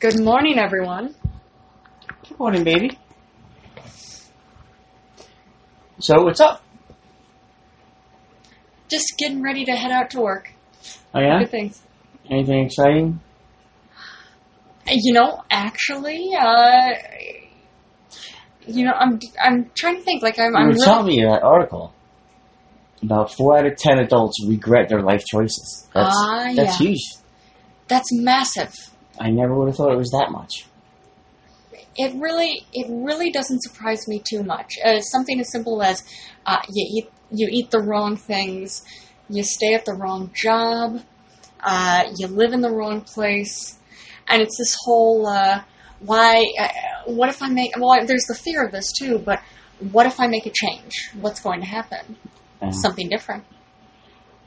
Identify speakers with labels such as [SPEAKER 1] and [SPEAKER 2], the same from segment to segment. [SPEAKER 1] Good morning, everyone.
[SPEAKER 2] Good morning, baby.
[SPEAKER 3] So what's up?
[SPEAKER 1] Just getting ready to head out to work.
[SPEAKER 3] Oh yeah?
[SPEAKER 1] Good things.
[SPEAKER 3] Anything exciting?
[SPEAKER 1] Uh, You know, actually, uh, you know, I'm I'm trying to think. Like, I'm
[SPEAKER 3] you
[SPEAKER 1] I'm
[SPEAKER 3] were
[SPEAKER 1] really,
[SPEAKER 3] telling me in that article about four out of ten adults regret their life choices. That's
[SPEAKER 1] Ah,
[SPEAKER 3] that's
[SPEAKER 1] yeah.
[SPEAKER 3] huge.
[SPEAKER 1] that's massive.
[SPEAKER 3] I never would have thought it was that much.
[SPEAKER 1] It really it really doesn't surprise me too much. Uh, something as simple as uh, you eat you eat the wrong things, you stay at the wrong job, uh, you live in the wrong place, and it's this whole uh, why? Uh, what if I make? Well, there's the fear of this too, but what if I make a change? What's going to happen?
[SPEAKER 3] Yeah.
[SPEAKER 1] Something different.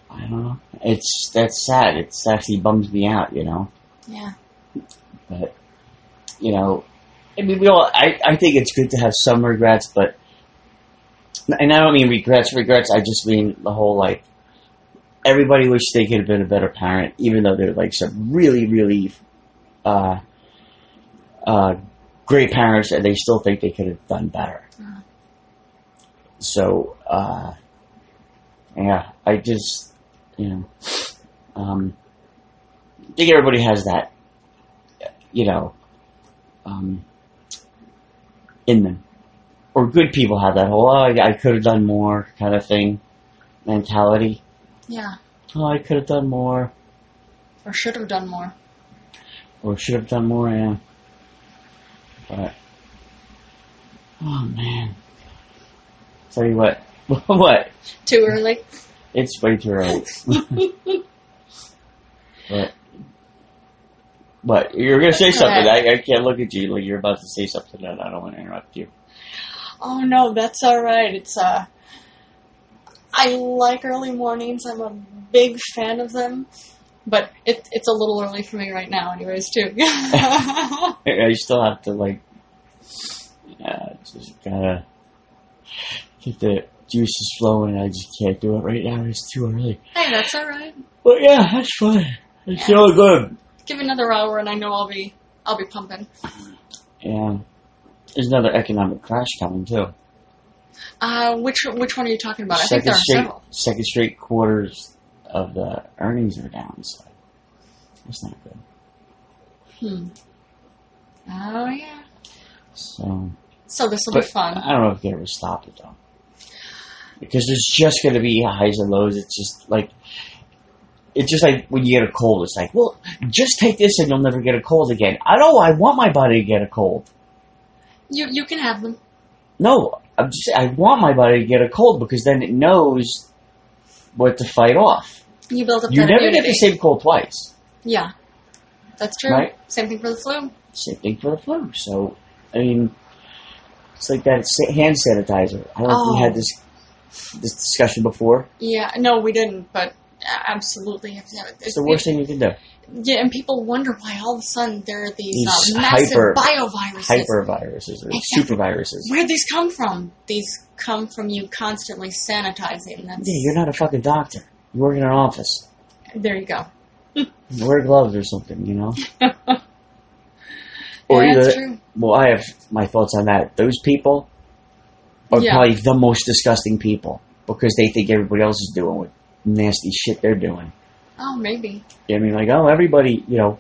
[SPEAKER 3] I don't know. It's that's sad. It's actually bums me out, you know.
[SPEAKER 1] Yeah.
[SPEAKER 3] But you know, I mean, we all. I I think it's good to have some regrets, but and I don't mean regrets, regrets. I just mean the whole like everybody wishes they could have been a better parent, even though they're like some really, really uh, uh, great parents, and they still think they could have done better.
[SPEAKER 1] Mhm.
[SPEAKER 3] So, uh, yeah, I just you know, um, I think everybody has that, you know, um, in them. Or good people have that whole, oh, I could have done more kind of thing mentality.
[SPEAKER 1] Yeah.
[SPEAKER 3] Oh, I could have done more,
[SPEAKER 1] Or should have done more.
[SPEAKER 3] or should have done more, yeah. But, oh man. Tell you what, what?
[SPEAKER 1] Too early.
[SPEAKER 3] It's way too early. but, what? You're gonna say
[SPEAKER 1] Go
[SPEAKER 3] something. I, I can't look at you like you're about to say something, and I don't want to interrupt you.
[SPEAKER 1] Oh no, that's all right. It's uh, I like early mornings. I'm a big fan of them, but it, it's a little early for me right now, anyways. Too.
[SPEAKER 3] I still have to like uh, just gotta get the juices flowing. I just can't do it right now. It's too early.
[SPEAKER 1] hey, that's all right.
[SPEAKER 3] But yeah, that's fine. It's so good.
[SPEAKER 1] Give another hour, and I know I'll be I'll be pumping.
[SPEAKER 3] Yeah, there's another economic crash coming too.
[SPEAKER 1] Uh, which which one are you talking about? Oh, I think
[SPEAKER 3] second
[SPEAKER 1] there are
[SPEAKER 3] straight,
[SPEAKER 1] several.
[SPEAKER 3] second straight quarters of the earnings are down. So that's not good.
[SPEAKER 1] Hmm. Oh yeah.
[SPEAKER 3] So.
[SPEAKER 1] So this will be
[SPEAKER 3] But uh,
[SPEAKER 1] fun.
[SPEAKER 3] I don't know if they ever stop it though, because there's just going to be highs and lows. It's just like it's just like when you get a cold. It's like, well, just take this and you'll never get a cold again. I don't. I want my body to get a cold.
[SPEAKER 1] You you can have them.
[SPEAKER 3] No, I'm just. I want my body to get a cold because then it knows what to fight off.
[SPEAKER 1] You build up
[SPEAKER 3] You
[SPEAKER 1] that
[SPEAKER 3] never get
[SPEAKER 1] immunity.
[SPEAKER 3] the same cold twice.
[SPEAKER 1] Yeah, that's true.
[SPEAKER 3] Right.
[SPEAKER 1] Same thing for the flu.
[SPEAKER 3] Same thing for the flu. So, I mean, it's like that sa- hand sanitizer. I don't know if
[SPEAKER 1] Oh.
[SPEAKER 3] we had this this discussion before.
[SPEAKER 1] Yeah, no, we didn't, but a- absolutely have to have it.
[SPEAKER 3] It's the worst thing you can do.
[SPEAKER 1] Yeah, and people wonder why all of a sudden there are these,
[SPEAKER 3] These
[SPEAKER 1] uh, massive
[SPEAKER 3] hyper-
[SPEAKER 1] bioviruses.
[SPEAKER 3] hyperviruses or superviruses.
[SPEAKER 1] Where these come from? These come from you constantly sanitizing. That's
[SPEAKER 3] Yeah, you're not a fucking doctor. You work in an office.
[SPEAKER 1] there. You go.
[SPEAKER 3] Wear gloves or something, you know? or
[SPEAKER 1] yeah,
[SPEAKER 3] either,
[SPEAKER 1] that's true.
[SPEAKER 3] well, I have my thoughts on that. Those people are
[SPEAKER 1] Yeah.
[SPEAKER 3] probably the most disgusting people because they think everybody else is doing what nasty shit they're doing.
[SPEAKER 1] Oh, maybe.
[SPEAKER 3] I mean, like, oh, everybody, you know,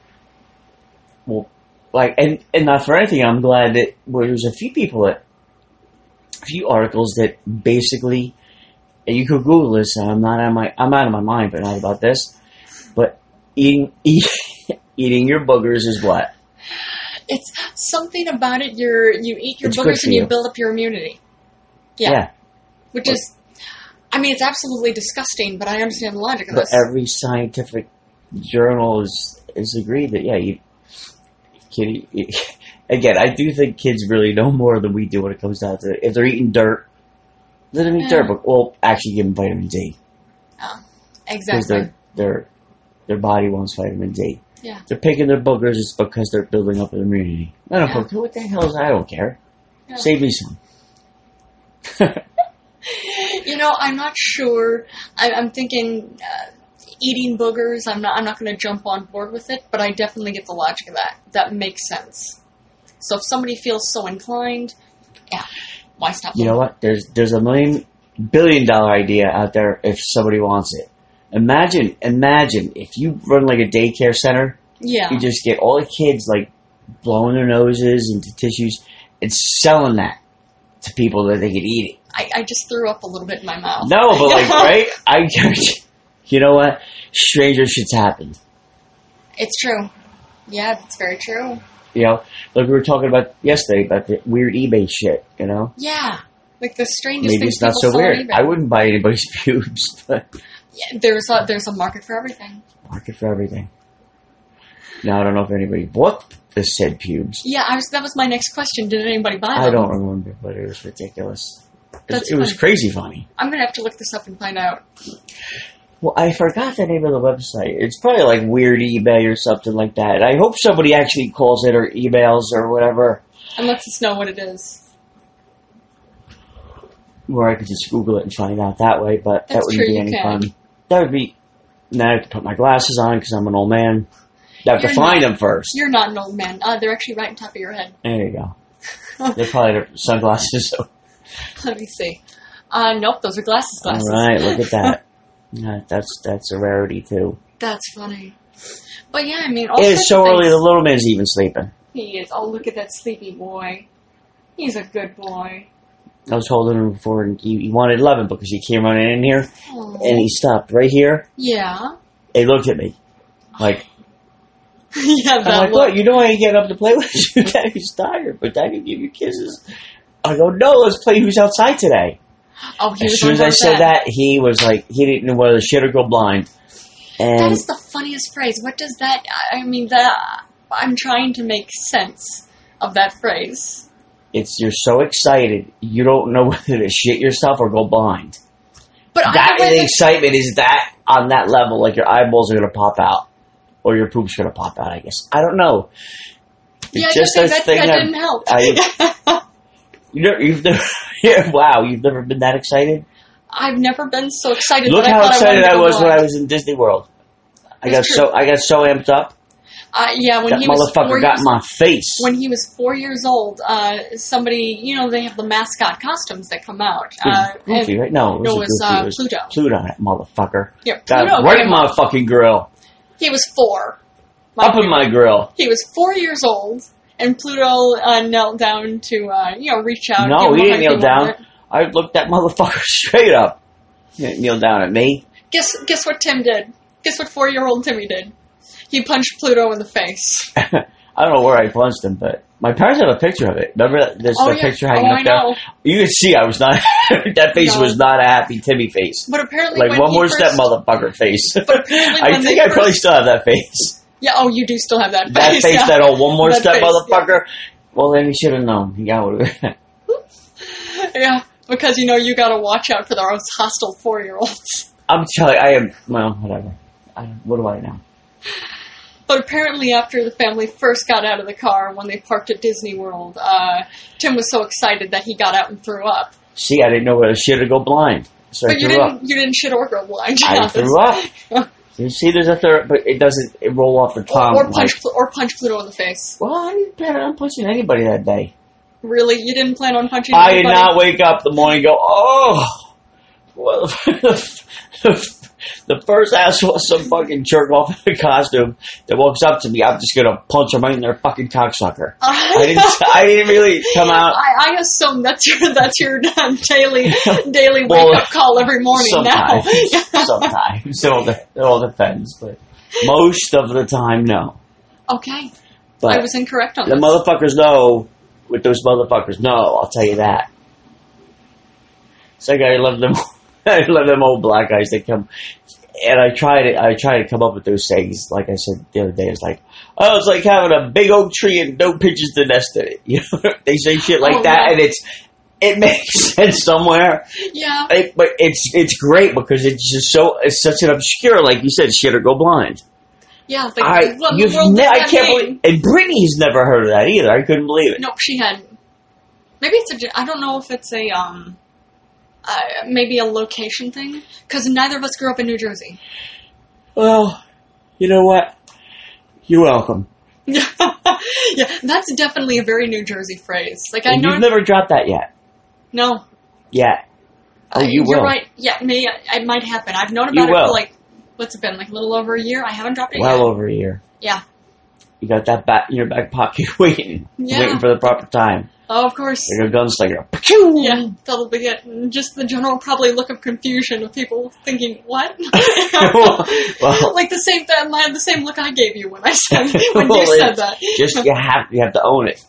[SPEAKER 3] well, like, and, and not for anything, I'm glad that well, there's a few people that, a few articles that basically, and you could Google this, and I'm not out of my, I'm out of my mind, but not about this, but eating, eat, eating your boogers is what?
[SPEAKER 1] It's something about it. You're you eat your
[SPEAKER 3] It's good
[SPEAKER 1] boogers
[SPEAKER 3] for
[SPEAKER 1] and you.
[SPEAKER 3] you.
[SPEAKER 1] build up your immunity. Yeah, which is, I mean, it's absolutely disgusting, but I understand the logic of
[SPEAKER 3] But
[SPEAKER 1] this.
[SPEAKER 3] every scientific journal is, is agreed that, yeah, you, kid, again, I do think kids really know more than we do when it comes down to it. If they're eating dirt, let them eat
[SPEAKER 1] Yeah.
[SPEAKER 3] dirt, but well, actually give them vitamin D. Because
[SPEAKER 1] Oh, exactly.
[SPEAKER 3] their, their, their body wants vitamin D.
[SPEAKER 1] Yeah.
[SPEAKER 3] They're picking their boogers, it's because they're building up an immunity. I don't
[SPEAKER 1] Yeah.
[SPEAKER 3] fucking- what the hell is, I don't care.
[SPEAKER 1] Yeah.
[SPEAKER 3] Save me some.
[SPEAKER 1] You know, I'm not sure. I, I'm thinking uh, eating boogers. I'm not. I'm not going to jump on board with it, but I definitely get the logic of that. That makes sense. So if somebody feels so inclined, yeah, why stop?
[SPEAKER 3] You
[SPEAKER 1] them?
[SPEAKER 3] know what? There's there's a million billion dollar idea out there if somebody wants it. Imagine, imagine if you run like a daycare center,
[SPEAKER 1] Yeah,
[SPEAKER 3] you just get all the kids like blowing their noses into tissues and selling that to people that they could eat it.
[SPEAKER 1] I, I just threw up a little bit in my mouth.
[SPEAKER 3] No, but like right, I you know what? Stranger shit's happened.
[SPEAKER 1] It's true. Yeah, that's very true.
[SPEAKER 3] You know, like we were talking about yesterday about the weird eBay shit. You know,
[SPEAKER 1] Yeah, like the strangest
[SPEAKER 3] maybe
[SPEAKER 1] things
[SPEAKER 3] it's not
[SPEAKER 1] people
[SPEAKER 3] so
[SPEAKER 1] saw
[SPEAKER 3] weird.
[SPEAKER 1] anyway.
[SPEAKER 3] I wouldn't buy anybody's pubes, but
[SPEAKER 1] Yeah, there's a there's a market for everything.
[SPEAKER 3] market for everything. Now I don't know if anybody bought the said pubes.
[SPEAKER 1] Yeah, I was. That was my next question. Did anybody buy
[SPEAKER 3] I
[SPEAKER 1] them?
[SPEAKER 3] don't remember, but it was ridiculous. It,
[SPEAKER 1] That's
[SPEAKER 3] it was
[SPEAKER 1] funny.
[SPEAKER 3] crazy funny.
[SPEAKER 1] I'm gonna have to look this up and find out.
[SPEAKER 3] Well, I forgot the name of the website. It's probably like Weird eBay or something like that. I hope somebody actually calls it or emails or whatever,
[SPEAKER 1] and lets us know what it is.
[SPEAKER 3] where I could just Google it and find out that way. But that
[SPEAKER 1] That's
[SPEAKER 3] wouldn't
[SPEAKER 1] true,
[SPEAKER 3] be
[SPEAKER 1] you
[SPEAKER 3] any
[SPEAKER 1] can.
[SPEAKER 3] fun. That would be. Now I have to put my glasses on because I'm an old man. I have
[SPEAKER 1] You're
[SPEAKER 3] to find
[SPEAKER 1] not-
[SPEAKER 3] them first.
[SPEAKER 1] You're not an old man. Uh, they're actually right on top of your head.
[SPEAKER 3] There you go. They're probably their sunglasses. So.
[SPEAKER 1] Let me see. Uh, nope, those are glasses. Glasses.
[SPEAKER 3] All right, look at that. Yeah, that's that's a rarity too.
[SPEAKER 1] That's funny. But yeah, I mean, all
[SPEAKER 3] it
[SPEAKER 1] sorts
[SPEAKER 3] is so
[SPEAKER 1] of
[SPEAKER 3] early.
[SPEAKER 1] things.
[SPEAKER 3] The little man's even sleeping.
[SPEAKER 1] He is. Oh, look at that sleepy boy. He's a good boy.
[SPEAKER 3] I was holding him before, and he, he wanted eleven because he came running in here,
[SPEAKER 1] Aw.
[SPEAKER 3] and he stopped right here.
[SPEAKER 1] yeah.
[SPEAKER 3] He looked at me, like
[SPEAKER 1] yeah,
[SPEAKER 3] I'm
[SPEAKER 1] that
[SPEAKER 3] like,
[SPEAKER 1] look.
[SPEAKER 3] what? You know I ain't getting up to play with you. Daddy's tired, but Daddy give you kisses. I go, no, let's play. Who's outside today?
[SPEAKER 1] Oh, he
[SPEAKER 3] as
[SPEAKER 1] was on
[SPEAKER 3] soon as I
[SPEAKER 1] board
[SPEAKER 3] said
[SPEAKER 1] with
[SPEAKER 3] that, he was like, he didn't know whether to shit or go blind.
[SPEAKER 1] That
[SPEAKER 3] And
[SPEAKER 1] is the funniest phrase. What does that? I- I mean, that. I'm trying to make sense of that phrase.
[SPEAKER 3] it's you're so excited, you don't know whether to shit yourself or go blind.
[SPEAKER 1] But
[SPEAKER 3] that
[SPEAKER 1] either way,
[SPEAKER 3] the
[SPEAKER 1] that-
[SPEAKER 3] excitement is that on that level, like your eyeballs are gonna pop out, or your poop's gonna pop out. I guess I don't know.
[SPEAKER 1] yeah, I
[SPEAKER 3] It's just
[SPEAKER 1] think
[SPEAKER 3] a
[SPEAKER 1] that,
[SPEAKER 3] thing
[SPEAKER 1] that
[SPEAKER 3] of-
[SPEAKER 1] didn't help.
[SPEAKER 3] You know, you've never, yeah, wow, you've never been that excited.
[SPEAKER 1] I've never been so excited.
[SPEAKER 3] Look
[SPEAKER 1] that I
[SPEAKER 3] how
[SPEAKER 1] thought
[SPEAKER 3] excited
[SPEAKER 1] I,
[SPEAKER 3] I,
[SPEAKER 1] wanted to
[SPEAKER 3] was
[SPEAKER 1] go
[SPEAKER 3] when
[SPEAKER 1] on.
[SPEAKER 3] I was in Disney World. I got
[SPEAKER 1] That's
[SPEAKER 3] so I got so amped up.
[SPEAKER 1] Uh, yeah, when
[SPEAKER 3] That
[SPEAKER 1] he was four
[SPEAKER 3] motherfucker got
[SPEAKER 1] years,
[SPEAKER 3] in my face.
[SPEAKER 1] when he was four years old, uh, somebody you know they have the mascot costumes that come out. Uh,
[SPEAKER 3] It was goofy,
[SPEAKER 1] and-
[SPEAKER 3] right? No, it was,
[SPEAKER 1] no, it
[SPEAKER 3] goofy.
[SPEAKER 1] was, uh,
[SPEAKER 3] it was
[SPEAKER 1] Pluto.
[SPEAKER 3] Pluto, that motherfucker.
[SPEAKER 1] yeah,
[SPEAKER 3] Got
[SPEAKER 1] Pluto
[SPEAKER 3] right
[SPEAKER 1] came
[SPEAKER 3] in my
[SPEAKER 1] up.
[SPEAKER 3] fucking grill.
[SPEAKER 1] He was four.
[SPEAKER 3] Up in my grill.
[SPEAKER 1] He was four years old, and Pluto uh, knelt down to uh, you know reach out.
[SPEAKER 3] No,
[SPEAKER 1] give
[SPEAKER 3] he
[SPEAKER 1] him a
[SPEAKER 3] didn't
[SPEAKER 1] hug
[SPEAKER 3] kneel down.
[SPEAKER 1] wanted.
[SPEAKER 3] I looked that motherfucker straight up. He didn't kneel down at me.
[SPEAKER 1] Guess guess what Tim did? Guess what four year old Timmy did? He punched Pluto in the face.
[SPEAKER 3] I don't know where I punched him, but my parents have a picture of it. Remember that? There's
[SPEAKER 1] oh
[SPEAKER 3] the
[SPEAKER 1] yeah,
[SPEAKER 3] picture
[SPEAKER 1] oh
[SPEAKER 3] hanging
[SPEAKER 1] I
[SPEAKER 3] up there.
[SPEAKER 1] know.
[SPEAKER 3] You can see I was not. that face
[SPEAKER 1] No.
[SPEAKER 3] was not a happy Timmy face.
[SPEAKER 1] But apparently,
[SPEAKER 3] Like
[SPEAKER 1] when
[SPEAKER 3] one
[SPEAKER 1] he
[SPEAKER 3] more
[SPEAKER 1] first,
[SPEAKER 3] step, motherfucker face.
[SPEAKER 1] But apparently
[SPEAKER 3] I
[SPEAKER 1] when
[SPEAKER 3] think
[SPEAKER 1] they
[SPEAKER 3] I probably
[SPEAKER 1] first-
[SPEAKER 3] still have that face.
[SPEAKER 1] Yeah, oh, you do still have that face.
[SPEAKER 3] That face,
[SPEAKER 1] yeah.
[SPEAKER 3] that old one more
[SPEAKER 1] That
[SPEAKER 3] step,
[SPEAKER 1] face,
[SPEAKER 3] motherfucker. Well, then he should have known. He got what
[SPEAKER 1] Yeah, because you know you gotta watch out for those hostile four year olds.
[SPEAKER 3] I'm telling. I am. Well, whatever. I, what do I know?
[SPEAKER 1] But apparently, after the family first got out of the car when they parked at Disney World, uh, Tim was so excited that he got out and threw up.
[SPEAKER 3] See, I didn't know whether shit to go blind, so I
[SPEAKER 1] but you
[SPEAKER 3] threw
[SPEAKER 1] didn't.
[SPEAKER 3] up.
[SPEAKER 1] You didn't shit or go blind.
[SPEAKER 3] I threw up. You see, there's a third, but it doesn't it roll off the tongue.
[SPEAKER 1] Or, or
[SPEAKER 3] like-
[SPEAKER 1] punch Plu- or punch Pluto in the face.
[SPEAKER 3] Well, I didn't plan on punching anybody that day.
[SPEAKER 1] Really, you didn't plan on punching.
[SPEAKER 3] I did
[SPEAKER 1] anybody?
[SPEAKER 3] not wake up the morning and go, oh, well, the, first asshole, some fucking jerk off in a costume that walks up to me, I'm just gonna punch him right in their fucking cocksucker. I didn't, I didn't really come out.
[SPEAKER 1] I, I assume that's your that's your daily daily wake
[SPEAKER 3] Well,
[SPEAKER 1] up call every morning
[SPEAKER 3] Sometimes,
[SPEAKER 1] now.
[SPEAKER 3] sometimes, it all, de- it all depends, but most of the time, no.
[SPEAKER 1] okay,
[SPEAKER 3] But
[SPEAKER 1] I was incorrect on
[SPEAKER 3] the
[SPEAKER 1] that.
[SPEAKER 3] motherfuckers know what those motherfuckers know. I'll tell you that. Second, I love them. I love them old black guys that come. And I try to I try to come up with those sayings. Like I said the other day, it's like, oh, it's like having a big oak tree and no pigeons to nest in it. You know, they say shit like
[SPEAKER 1] Oh,
[SPEAKER 3] that,
[SPEAKER 1] yeah.
[SPEAKER 3] and it's it makes sense somewhere.
[SPEAKER 1] yeah.
[SPEAKER 3] It, but it's it's great because it's just so it's such an obscure, like you said, shit or go blind.
[SPEAKER 1] Yeah, the,
[SPEAKER 3] I
[SPEAKER 1] well, the
[SPEAKER 3] you've
[SPEAKER 1] world
[SPEAKER 3] ne-
[SPEAKER 1] does
[SPEAKER 3] I
[SPEAKER 1] that
[SPEAKER 3] can't
[SPEAKER 1] name.
[SPEAKER 3] believe, and Britney's never heard of that either. I couldn't believe it.
[SPEAKER 1] Nope, she hadn't. Maybe it's a. ge- I don't know if it's a um, uh, maybe a location thing because neither of us grew up in New Jersey.
[SPEAKER 3] Well, you know what? You're welcome.
[SPEAKER 1] yeah, that's definitely a very New Jersey phrase. Like I
[SPEAKER 3] and
[SPEAKER 1] know,
[SPEAKER 3] you've never dropped that yet.
[SPEAKER 1] no,
[SPEAKER 3] Yet. Oh, you
[SPEAKER 1] are
[SPEAKER 3] will.
[SPEAKER 1] Uh, right. Yeah, maybe it might happen. I've known
[SPEAKER 3] You
[SPEAKER 1] about it
[SPEAKER 3] will.
[SPEAKER 1] for like what's it been like a little over a year. I haven't dropped it
[SPEAKER 3] Well uh,
[SPEAKER 1] yet.
[SPEAKER 3] over a year.
[SPEAKER 1] Yeah.
[SPEAKER 3] You got that bat in your back pocket waiting.
[SPEAKER 1] Yeah.
[SPEAKER 3] Waiting for the proper time.
[SPEAKER 1] Oh, of course.
[SPEAKER 3] Like a gunslinger.
[SPEAKER 1] Yeah, that'll be it. And Just Mm, the general probably look of confusion of people thinking what.
[SPEAKER 3] Well-
[SPEAKER 1] like the same that my the same look I gave you when I said when
[SPEAKER 3] Well,
[SPEAKER 1] you said
[SPEAKER 3] it's
[SPEAKER 1] that.
[SPEAKER 3] Just you have you have to own it.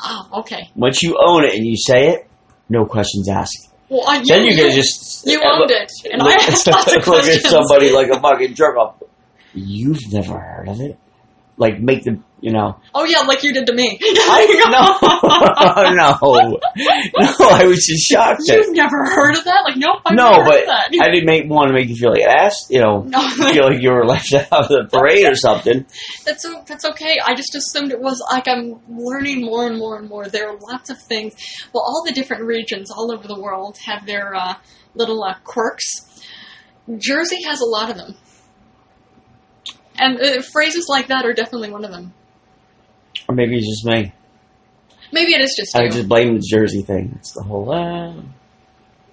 [SPEAKER 1] oh, okay.
[SPEAKER 3] Once you own it and you say it, no questions asked.
[SPEAKER 1] Well, I, you,
[SPEAKER 3] then you can
[SPEAKER 1] you-
[SPEAKER 3] just
[SPEAKER 1] you owned it, and I asked lots of
[SPEAKER 3] look at
[SPEAKER 1] questions.
[SPEAKER 3] somebody like a fucking jerk off. You've never heard of it. Like make them, you know.
[SPEAKER 1] Oh yeah, like you did to me.
[SPEAKER 3] I no, no, no. I was just shocked. That,
[SPEAKER 1] You've never heard of that? Like nope, I've
[SPEAKER 3] no,
[SPEAKER 1] never heard
[SPEAKER 3] but
[SPEAKER 1] of that.
[SPEAKER 3] I didn't make want to make you feel like an ass. You know,
[SPEAKER 1] No.
[SPEAKER 3] feel like you were left out of the parade or something.
[SPEAKER 1] That's o- that's okay. I just assumed it was like I'm learning more and more and more. There are lots of things. Well, all the different regions all over the world have their uh, little uh, quirks. Jersey has a lot of them, and uh, phrases like that are definitely one of them.
[SPEAKER 3] Or maybe it's just me.
[SPEAKER 1] Maybe it is just
[SPEAKER 3] I
[SPEAKER 1] you.
[SPEAKER 3] just blame the Jersey thing. It's the whole. Uh,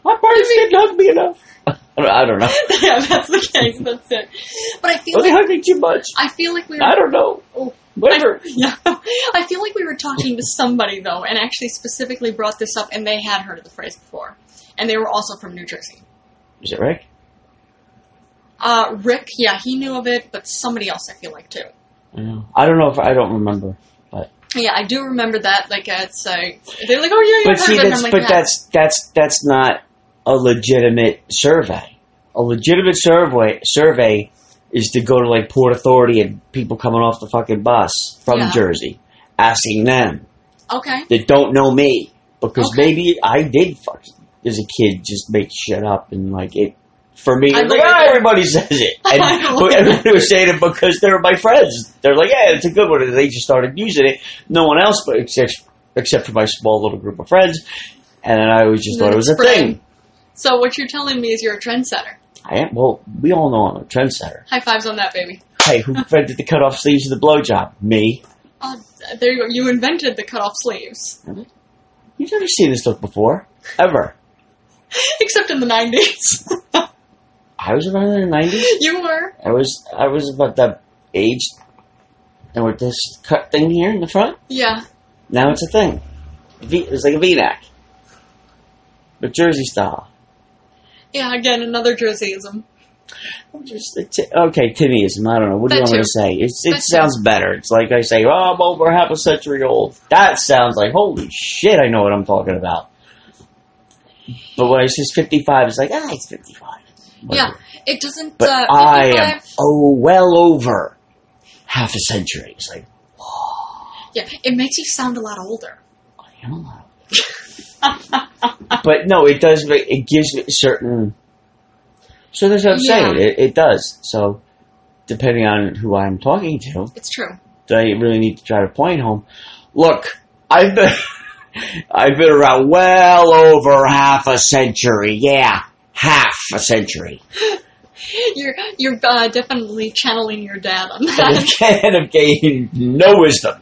[SPEAKER 3] my parents didn't hug me enough. I don't- I don't know.
[SPEAKER 1] yeah, that's the case. That's it. But I feel
[SPEAKER 3] Well, they
[SPEAKER 1] like
[SPEAKER 3] hugged me too much.
[SPEAKER 1] I feel like we were
[SPEAKER 3] I don't know.
[SPEAKER 1] Oh.
[SPEAKER 3] Whatever.
[SPEAKER 1] I, yeah. I feel like we were talking to somebody though, and actually specifically brought this up, and they had heard of the phrase before, and they were also from New Jersey.
[SPEAKER 3] Is it Rick?
[SPEAKER 1] Uh, Rick, yeah, he knew of it, but somebody else I feel like too.
[SPEAKER 3] I don't know. I don't know if I don't remember.
[SPEAKER 1] Yeah, I do remember that. Like, uh, it's like they're like, oh yeah, you
[SPEAKER 3] But
[SPEAKER 1] heard
[SPEAKER 3] see,
[SPEAKER 1] of it. and
[SPEAKER 3] that's
[SPEAKER 1] I'm like,
[SPEAKER 3] but
[SPEAKER 1] yeah.
[SPEAKER 3] that's that's that's not a legitimate survey. A legitimate survey survey is to go to like Port Authority and people coming off the fucking bus from
[SPEAKER 1] Yeah.
[SPEAKER 3] Jersey, asking them
[SPEAKER 1] okay.
[SPEAKER 3] that don't know me because
[SPEAKER 1] Okay.
[SPEAKER 3] maybe I did fuck as a kid just make shit up and like it. For me,
[SPEAKER 1] I
[SPEAKER 3] it's like,
[SPEAKER 1] believe
[SPEAKER 3] ah,
[SPEAKER 1] it.
[SPEAKER 3] everybody says it, and
[SPEAKER 1] I believe
[SPEAKER 3] everybody was saying it because they were my friends. They're like, "Yeah, it's a good one," and they just started using it. No one else, but except except for my small little group of friends, and then I always just
[SPEAKER 1] Then
[SPEAKER 3] thought it was a
[SPEAKER 1] spread.
[SPEAKER 3] thing.
[SPEAKER 1] So what you're telling me is you're a trendsetter.
[SPEAKER 3] I am well. We all know I'm a trendsetter.
[SPEAKER 1] High fives on that, baby.
[SPEAKER 3] Hey, who invented the cut off sleeves of the blowjob? Me.
[SPEAKER 1] Oh, there you go. You invented the cutoff sleeves,
[SPEAKER 3] You've never seen this look before, ever.
[SPEAKER 1] except in the '90s.
[SPEAKER 3] I was around in the nineties.
[SPEAKER 1] you were.
[SPEAKER 3] I was I was about that age, and with this cut thing here in the front,
[SPEAKER 1] Yeah.
[SPEAKER 3] now it's a thing. V, it's like a V-neck, but Jersey style.
[SPEAKER 1] Yeah. Again, another Jerseyism.
[SPEAKER 3] Just a ti- okay, Timmyism. I don't know. What do you
[SPEAKER 1] That
[SPEAKER 3] want me
[SPEAKER 1] too.
[SPEAKER 3] to say? It's,
[SPEAKER 1] That
[SPEAKER 3] it
[SPEAKER 1] too.
[SPEAKER 3] sounds better. It's like I say, oh, I'm over half a century old. That sounds like holy shit. I know what I'm talking about. But when I say 55, it's like ah, it's 55. Whatever.
[SPEAKER 1] Yeah. It doesn't.
[SPEAKER 3] But
[SPEAKER 1] uh,
[SPEAKER 3] I
[SPEAKER 1] if
[SPEAKER 3] am
[SPEAKER 1] I've-
[SPEAKER 3] oh well over half a century. It's like
[SPEAKER 1] Yeah, it makes you sound a lot older.
[SPEAKER 3] I don't know. but no, it does. ma- It gives me certain. So that's what I'm
[SPEAKER 1] Yeah.
[SPEAKER 3] saying. It, it does. So depending on who I'm talking to,
[SPEAKER 1] It's true.
[SPEAKER 3] I really need to try to point home. Look, I've been I've been around well over half a century. Yeah, half a century.
[SPEAKER 1] You're you're uh, definitely channeling your dad on
[SPEAKER 3] And
[SPEAKER 1] that.
[SPEAKER 3] I've gained no wisdom.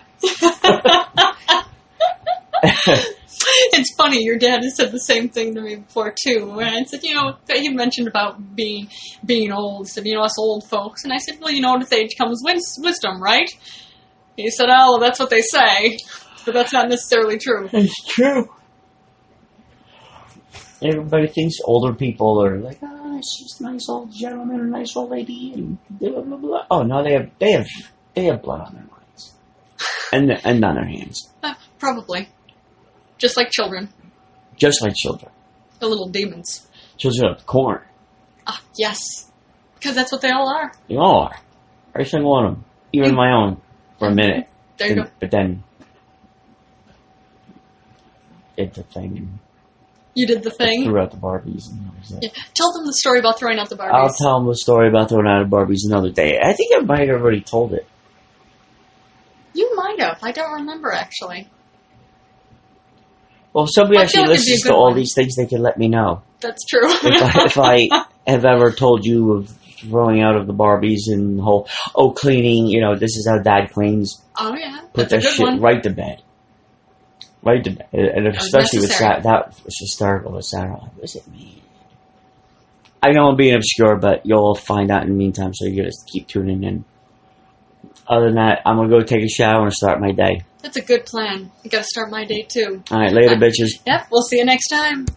[SPEAKER 1] it's funny. Your dad has said the same thing to me before too. And I said, you know, that you mentioned about being being old. He said, you know, us old folks. And I said, well, you know, with age comes wis- wisdom, right? He said, oh, well, that's what they say, but that's not necessarily true.
[SPEAKER 3] It's true. Everybody thinks older people are like, ah, it's just a nice old gentleman or nice old lady, and blah blah blah. Oh no, they have they have they have blood on their minds, and and on their hands,
[SPEAKER 1] Uh, probably, just like children,
[SPEAKER 3] just like children.
[SPEAKER 1] the little demons.
[SPEAKER 3] Children of corn,
[SPEAKER 1] Ah, yes, because that's what they all are.
[SPEAKER 3] they all are. Every single one of them, even my own, for a minute.
[SPEAKER 1] There you go.
[SPEAKER 3] Then- But then, did the thing
[SPEAKER 1] You did the
[SPEAKER 3] and
[SPEAKER 1] thing.
[SPEAKER 3] threw out the Barbies, and that was it.
[SPEAKER 1] Yeah. Tell them the story about throwing out the Barbies.
[SPEAKER 3] I'll tell them a story about throwing out of Barbies another day. I think I might have already told it.
[SPEAKER 1] you might have. I don't remember actually.
[SPEAKER 3] Well, if somebody
[SPEAKER 1] I feel
[SPEAKER 3] actually
[SPEAKER 1] like it'd be a
[SPEAKER 3] listens to
[SPEAKER 1] good
[SPEAKER 3] all
[SPEAKER 1] one.
[SPEAKER 3] these things, they can let me know
[SPEAKER 1] That's true.
[SPEAKER 3] if I, if I have ever told you of throwing out of the Barbies and the whole oh cleaning. You know, this is how Dad cleans.
[SPEAKER 1] Oh yeah,
[SPEAKER 3] Put
[SPEAKER 1] that's a
[SPEAKER 3] that
[SPEAKER 1] good
[SPEAKER 3] shit
[SPEAKER 1] one.
[SPEAKER 3] right to bed. Right to bed, and especially with
[SPEAKER 1] necessary.
[SPEAKER 3] that, that was hysterical with Saturday. Night. What does it mean? I know I'm being obscure, but you'll find out in the meantime. So you just keep tuning in. Other than that, I'm gonna go take a shower and start my day.
[SPEAKER 1] That's a good plan. I gotta start my day too.
[SPEAKER 3] All right, later, bitches.
[SPEAKER 1] Yep, we'll see you next time.